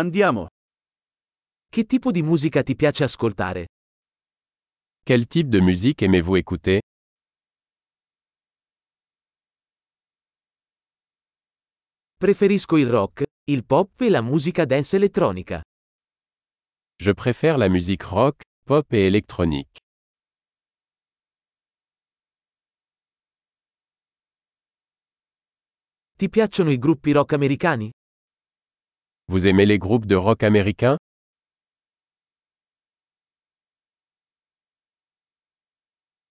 Andiamo. Che tipo di musica ti piace ascoltare? Quel type de musique aimez-vous écouter Preferisco il rock, il pop e la musica dance elettronica. Je préfère la musique rock, pop et électronique. Ti piacciono i gruppi rock americani? Vous aimez les groupes de rock américains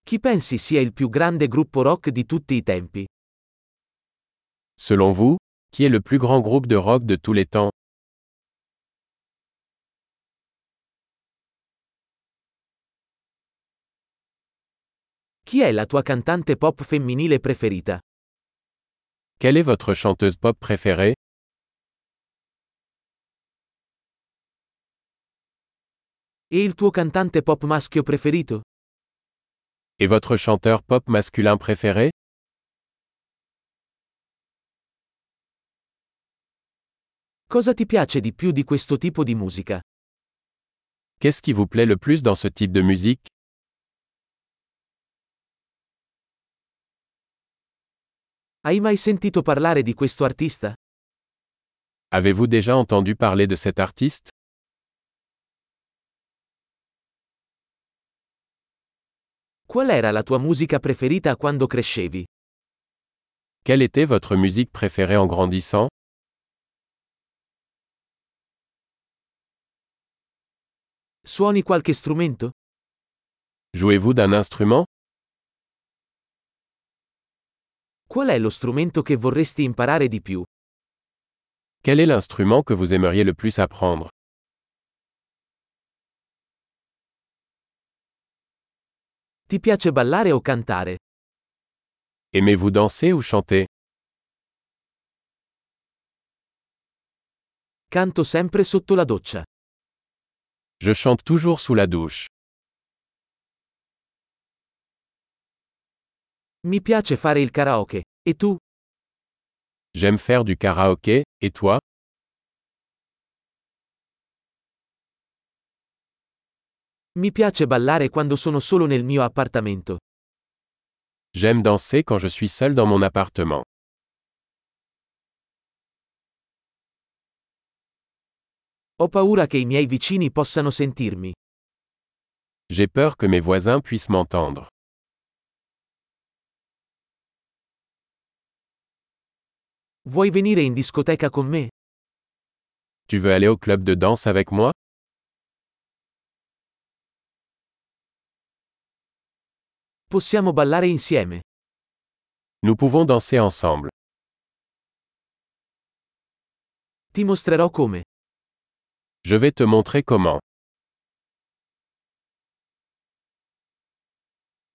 Chi pensi sia il più grande gruppo rock di tutti i tempi? Selon vous, qui est le plus grand groupe de rock de tous les temps Chi è la tua cantante pop femminile preferita? Quelle est votre chanteuse pop préférée E il tuo cantante pop maschio preferito? Et votre chanteur pop masculin préféré Cosa ti piace di più di questo tipo di musica? Qu'est-ce qui vous plaît le plus dans ce type de musique Hai mai sentito parlare di questo artista? Avez-vous déjà entendu parler de cet artiste Qual era la tua musica preferita quando crescevi? Quelle était votre musique préférée en grandissant Suoni qualche strumento? Jouez-vous d'un instrument Qual è lo strumento che vorresti imparare di più? Quel est l'instrument que vous aimeriez le plus apprendre Ti piace ballare o cantare? Aimez-vous danser ou chanter Canto sempre sotto la doccia. Je chante toujours sous la douche. Mi piace fare il karaoke. E tu? J'aime faire du karaoké, et toi Mi piace ballare quando sono solo nel mio appartamento. J'aime danser quand je suis seul dans mon appartement. Ho paura che i miei vicini possano sentirmi. J'ai peur que mes voisins puissent m'entendre. Vuoi venire in discoteca con me? Tu veux aller au club de danse avec moi Possiamo ballare insieme. Nous pouvons danser ensemble. Ti mostrerò come. Je vais te montrer comment.